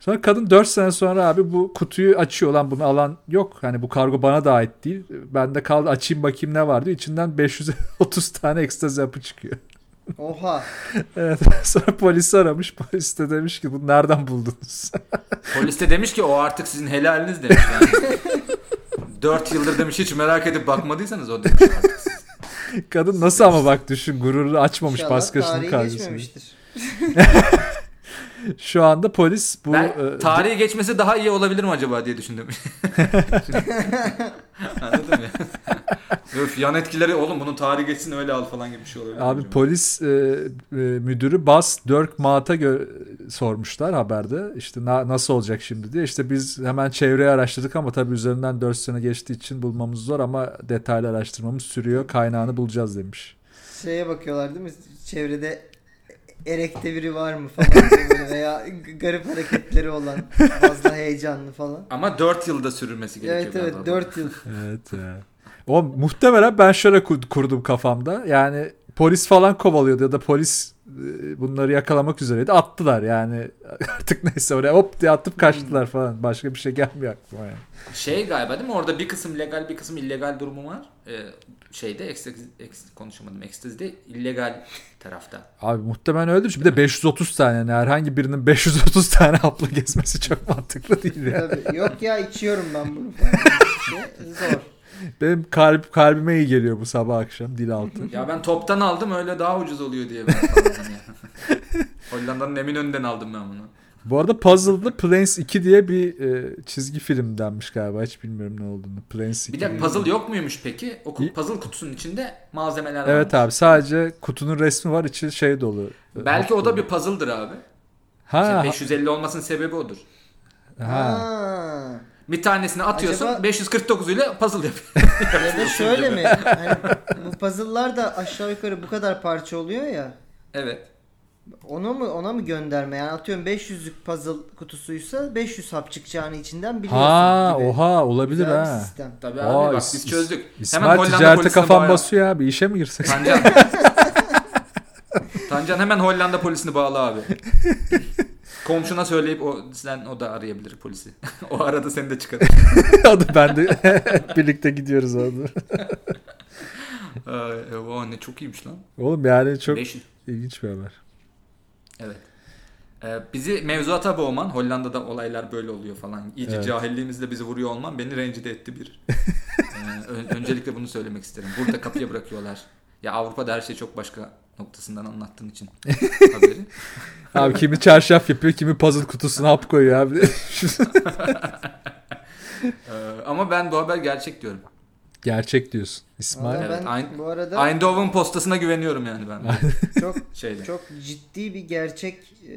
Speaker 3: Sonra kadın 4 sene sonra abi bu kutuyu açıyor. Lan bunu alan yok. Hani bu kargo bana da ait değil. Bende kaldı açayım bakayım ne var diyor. İçinden 530 tane ekstaz yapı çıkıyor.
Speaker 1: Oha.
Speaker 3: Evet. Sonra polisi aramış. Polis de demiş ki bunu nereden buldunuz?
Speaker 2: Polis de demiş ki o artık sizin helaliniz demiş yani. 4 yıldır demiş hiç merak edip bakmadıysanız o demiş.
Speaker 3: Kadın nasıl ama bak düşün gururunu açmamış
Speaker 1: İnşallah
Speaker 3: başkasının
Speaker 1: tarihi
Speaker 3: karşısında.
Speaker 1: geçmemiştir.
Speaker 3: Şu anda polis bu
Speaker 2: Ben,
Speaker 3: e,
Speaker 2: tarihi geçmesi daha iyi olabilir mi acaba diye düşündüm. Anladın mı? Öf yan etkileri oğlum bunun tarihi geçsin öyle al falan gibi bir şey olabilir. mi
Speaker 3: Abi
Speaker 2: acaba?
Speaker 3: polis e, e, müdürü Bas Dörk Maat'a gö- sormuşlar haberde. İşte na- nasıl olacak şimdi diye. İşte biz hemen çevreyi araştırdık ama tabii üzerinden 4 sene geçtiği için bulmamız zor ama detaylı araştırmamız sürüyor. Kaynağını bulacağız demiş.
Speaker 1: Şeye bakıyorlar değil mi? Çevrede erekte biri var mı falan diye böyle veya g- garip hareketleri olan fazla heyecanlı falan.
Speaker 2: Ama 4 yılda sürülmesi gerekiyor.
Speaker 1: Evet
Speaker 2: galiba
Speaker 1: evet 4
Speaker 2: bu.
Speaker 1: yıl.
Speaker 3: Evet ya. O muhtemelen ben şöyle kur- kurdum kafamda. Yani polis falan kovalıyordu ya da polis e, bunları yakalamak üzereydi. Attılar yani artık neyse oraya hop diye atıp kaçtılar falan. Başka bir şey gelmiyor aklıma yani.
Speaker 2: Şey galiba değil mi orada bir kısım legal bir kısım illegal durumu var. Ee, şeyde ekstaz, ekstaz, konuşamadım ekstazide illegal tarafta.
Speaker 3: Abi muhtemelen öldü. Bir de 530 tane yani herhangi birinin 530 tane hapla gezmesi çok mantıklı değil ya.
Speaker 1: Tabii. Yok ya içiyorum ben bunu. falan. Şey, Zor.
Speaker 3: Benim kalp kalbime iyi geliyor bu sabah akşam dil altı.
Speaker 2: Ya ben toptan aldım öyle daha ucuz oluyor diye ben falan hani. Hollanda'nın Eminönü'nden aldım ben bunu.
Speaker 3: Bu arada Puzzle'da Planes 2 diye bir e, çizgi film denmiş galiba. Hiç bilmiyorum ne olduğunu. Planes 2.
Speaker 2: Bir de puzzle yok muymuş peki? O ku- puzzle kutusunun içinde malzemeler var.
Speaker 3: Evet abi sadece kutunun resmi var içi şey dolu.
Speaker 2: Belki o da bir şey, puzzle'dır abi.
Speaker 3: ha,
Speaker 2: İşte 550 olmasının sebebi odur.
Speaker 3: ha.
Speaker 1: Ha.
Speaker 2: Bir tanesini atıyorsun
Speaker 1: Acaba-
Speaker 2: 549 ile puzzle yapıyor.
Speaker 1: Ya da şöyle mi? Hani bu puzzle'lar da aşağı yukarı bu kadar parça oluyor ya.
Speaker 2: evet.
Speaker 1: Ona mı ona mı gönderme? Yani atıyorum 500'lük puzzle kutusuysa 500 hap çıkacağını içinden biliyorsun
Speaker 3: Ha
Speaker 1: gibi.
Speaker 3: oha olabilir
Speaker 1: Güzel bir
Speaker 3: ha.
Speaker 1: sistem.
Speaker 2: Tabii
Speaker 3: Aa,
Speaker 2: abi bak
Speaker 3: is-
Speaker 2: biz çözdük. Hemen
Speaker 3: İsmail
Speaker 2: Hollanda
Speaker 3: ticarete
Speaker 2: polisine
Speaker 3: kafam
Speaker 2: bağır.
Speaker 3: basıyor ya. Bir işe mi girsek?
Speaker 2: Tancan. Tancan hemen Hollanda polisini bağla abi. Komşuna söyleyip o sen o da arayabilir polisi. o arada seni de çıkarır.
Speaker 3: Hadi ben de hep birlikte gidiyoruz orada.
Speaker 2: Ee, o ne çok iyiymiş lan.
Speaker 3: Oğlum yani çok
Speaker 2: Beş-
Speaker 3: ilginç bir haber.
Speaker 2: Evet. Ee, bizi mevzuata boğman, Hollanda'da olaylar böyle oluyor falan. İyice
Speaker 3: Evet.
Speaker 2: cahilliğimizle bizi vuruyor olman beni rencide etti bir. Ee, ö- öncelikle bunu söylemek isterim. Burada kapıya bırakıyorlar. Ya Avrupa'da her şey çok başka noktasından anlattığın için haberi.
Speaker 3: Abi kimi çarşaf yapıyor, kimi puzzle kutusuna hap koyuyor abi.
Speaker 2: Ee, ama ben bu haber gerçek diyorum.
Speaker 3: Gerçek diyorsun.
Speaker 1: Valla
Speaker 3: İsmail.
Speaker 2: Evet,
Speaker 1: ben
Speaker 2: aynı-
Speaker 1: bu arada
Speaker 2: Eindhoven postasına güveniyorum yani ben.
Speaker 1: çok
Speaker 2: Şeyde.
Speaker 1: çok ciddi bir gerçek e,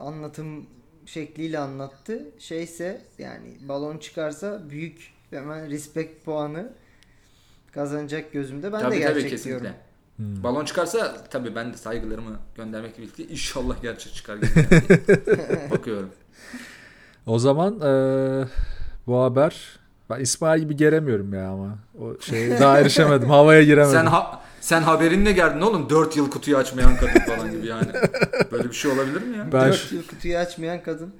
Speaker 1: anlatım şekliyle anlattı. Şeyse yani balon çıkarsa büyük hemen respect puanı kazanacak gözümde. Ben de
Speaker 2: tabii tabii
Speaker 1: gerçek
Speaker 2: kesinlikle.
Speaker 1: diyorum.
Speaker 3: Hmm.
Speaker 2: Balon çıkarsa tabii ben de saygılarımı göndermek birlikte inşallah gerçek çıkar. gibi yani. Bakıyorum.
Speaker 3: O zaman eee, bu haber ben İsmail gibi geremiyorum ya ama. O şeye daha erişemedim. Havaya giremedim.
Speaker 2: Sen ha- sen haberinle geldin oğlum 4 yıl kutuyu açmayan kadın falan gibi yani. Böyle bir şey olabilir mi ya?
Speaker 3: Ben
Speaker 1: Dört
Speaker 3: şu-
Speaker 1: yıl kutuyu açmayan kadın.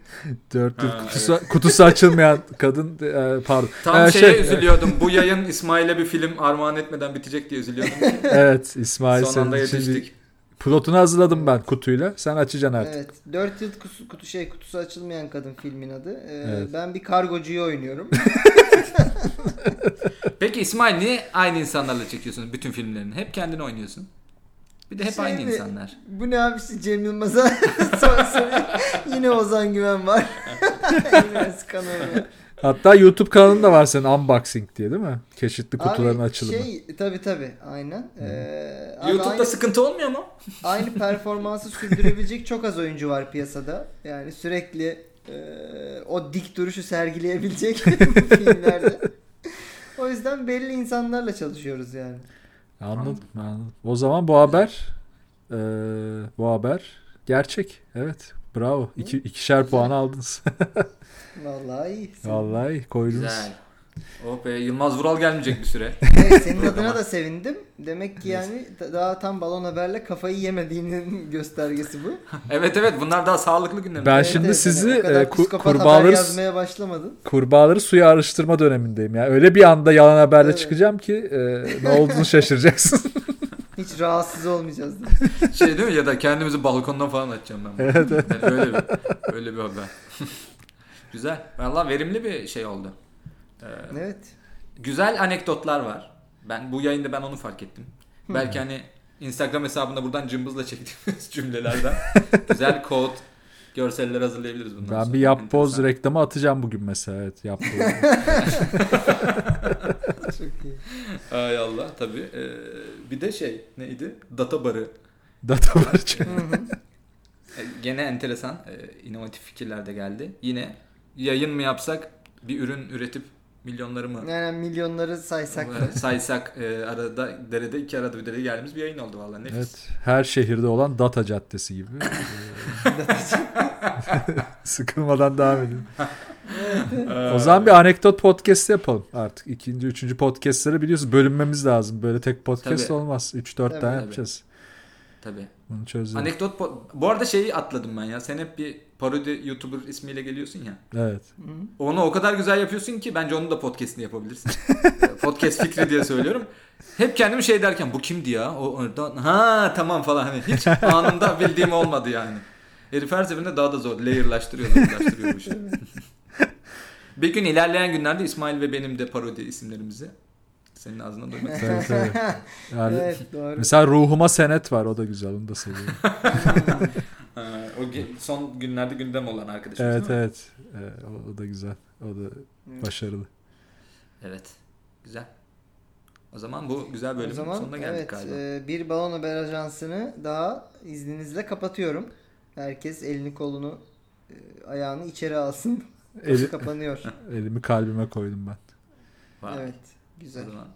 Speaker 3: Dört yıl
Speaker 2: Ha,
Speaker 3: kutusu, kutusu açılmayan kadın e, pardon.
Speaker 2: Tam şey
Speaker 3: E,
Speaker 2: şeye üzülüyordum. Bu yayın İsmail'e bir film armağan etmeden bitecek diye üzülüyordum.
Speaker 3: Evet İsmail
Speaker 2: Son anda
Speaker 3: senin için bir-
Speaker 2: yetiştik.
Speaker 3: Plotunu hazırladım ben kutuyla. Sen açacaksın artık.
Speaker 1: Evet. 4 yıl kutu, kutu şey kutusu açılmayan kadın filmin adı. E,
Speaker 3: Evet.
Speaker 1: Ben bir kargocuyu oynuyorum.
Speaker 2: Peki İsmail niye aynı insanlarla çekiyorsun bütün filmlerini? Hep kendini oynuyorsun. Bir de hep
Speaker 1: Şey
Speaker 2: aynı
Speaker 1: mi?
Speaker 2: insanlar.
Speaker 1: Bu ne abi işte Cem Yılmaz'a son sene yine Ozan Güven var. yine Özkan Oğan.
Speaker 3: Hatta YouTube kanalında var senin unboxing diye değil mi? Çeşitli kutuların
Speaker 1: Abi
Speaker 3: açılımı.
Speaker 1: Şey tabi tabi aynen. Ee, abi
Speaker 2: YouTube'da
Speaker 1: aynı,
Speaker 2: sıkıntı olmuyor mu?
Speaker 1: aynı performansı sürdürebilecek çok az oyuncu var piyasada. Yani sürekli ee, o dik duruşu sergileyebilecek bu filmlerde. O yüzden belli insanlarla çalışıyoruz yani.
Speaker 3: Anladım, anladım. O zaman bu haber e, bu haber gerçek. Evet. Bravo. İki, ikişer puan aldınız.
Speaker 1: Vallahi iyi. Sen-
Speaker 3: Vallahi koydunuz.
Speaker 2: Güzel. Oh be Yılmaz Vural gelmeyecek bir süre.
Speaker 1: Evet, senin adına
Speaker 2: Tamam.
Speaker 1: da sevindim. Demek ki yani da- daha tam balon haberle kafayı yemediğinin göstergesi bu.
Speaker 2: Evet evet bunlar daha sağlıklı günler.
Speaker 3: Ben
Speaker 1: Evet,
Speaker 3: şimdi
Speaker 1: evet,
Speaker 3: sizi
Speaker 1: hani o
Speaker 3: e,
Speaker 1: kadar
Speaker 3: ku-
Speaker 1: psikopat haber
Speaker 3: kurbağaları
Speaker 1: yazmaya başlamadın.
Speaker 3: kurbağaları suya arıştırma dönemindeyim ya. Öyle bir anda yalan haberle
Speaker 1: Evet.
Speaker 3: çıkacağım ki e, ne olduğunu şaşıracaksın.
Speaker 1: Hiç rahatsız olmayacağız.
Speaker 2: Şey değil mi ya da kendimizi balkondan falan açacağım ben. Evet öyle bir, öyle bir haber. Güzel. Valla verimli bir şey oldu. Ee,
Speaker 1: Evet.
Speaker 2: güzel anekdotlar var. Ben bu yayında ben onu fark ettim. Belki hani Instagram hesabında buradan cımbızla çektiğimiz cümlelerden güzel kod görseller hazırlayabiliriz bundan
Speaker 3: ben
Speaker 2: sonra.
Speaker 3: bir yapboz
Speaker 2: Enteresan.
Speaker 3: reklamı atacağım bugün mesela. Evet, yapboz.
Speaker 1: Çok iyi.
Speaker 2: Ay Allah tabii. Ee, bir de şey neydi? Data barı.
Speaker 3: Data var.
Speaker 2: E, Gene enteresan, e, inovatif fikirler de geldi. Yine yayın mı yapsak, bir ürün üretip milyonları mı
Speaker 1: Yani milyonları saysak da.
Speaker 2: e, saysak e, arada derede iki arada bir derede geldiğimiz bir yayın oldu vallahi nefis.
Speaker 3: Evet, her şehirde olan Data Caddesi gibi. Sıkılmadan devam edin.
Speaker 2: E,
Speaker 3: o zaman bir anekdot podcast yapalım artık. İkinci, üçüncü podcastları biliyorsun bölünmemiz lazım. Böyle tek podcast
Speaker 2: Tabii.
Speaker 3: olmaz. Üç, dört
Speaker 1: Tabii,
Speaker 3: tane
Speaker 2: tabii.
Speaker 3: yapacağız.
Speaker 2: Tabii.
Speaker 3: Bunu çözelim.
Speaker 2: Anekdot po- bu arada şeyi atladım ben ya. Sen hep bir parodi YouTuber ismiyle geliyorsun ya.
Speaker 3: Evet.
Speaker 2: Onu o kadar güzel yapıyorsun ki bence onun da podcast'ini yapabilirsin. E, Podcast fikri diye söylüyorum. Hep kendimi şey derken bu kimdi ya? O oradan ha tamam falan hani hiç anında bildiğim olmadı yani. Herif her seferinde daha da zor layer'laştırıyor, layer'laştırıyor bu işi. Bir gün ilerleyen günlerde İsmail ve benim de parodi isimlerimizi senin ağzından duymak istedim.
Speaker 3: Tabii, tabii. Yani
Speaker 1: evet doğru.
Speaker 3: Mesela ruhuma senet var. O da güzel. Onu da seviyorum.
Speaker 2: Ee, O ge- son günlerde gündem olan arkadaşımız
Speaker 3: evet,
Speaker 2: değil mi?
Speaker 3: evet. Ee, o- o da güzel. O da başarılı.
Speaker 2: Evet. Güzel. O zaman bu güzel
Speaker 1: O
Speaker 2: bölümün
Speaker 1: zaman
Speaker 2: sonuna geldik
Speaker 1: evet
Speaker 2: galiba.
Speaker 1: e, bir balon haber ajansını daha izninizle kapatıyorum. Herkes elini kolunu e, ayağını içeri alsın.
Speaker 3: Eli-
Speaker 1: Kapanıyor.
Speaker 3: elimi kalbime koydum ben.
Speaker 2: Vay.
Speaker 1: evet.
Speaker 2: O
Speaker 1: Güzel.
Speaker 2: zaman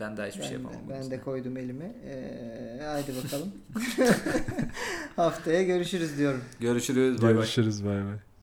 Speaker 2: Ben daha hiçbir
Speaker 1: Ben,
Speaker 2: şey
Speaker 1: de,
Speaker 2: yapamam. bunun
Speaker 1: ben
Speaker 2: üstüne.
Speaker 1: de koydum elimi. Ee, haydi bakalım. Haftaya görüşürüz diyorum.
Speaker 2: Görüşürüz. Bay bay.
Speaker 3: Görüşürüz bay bay.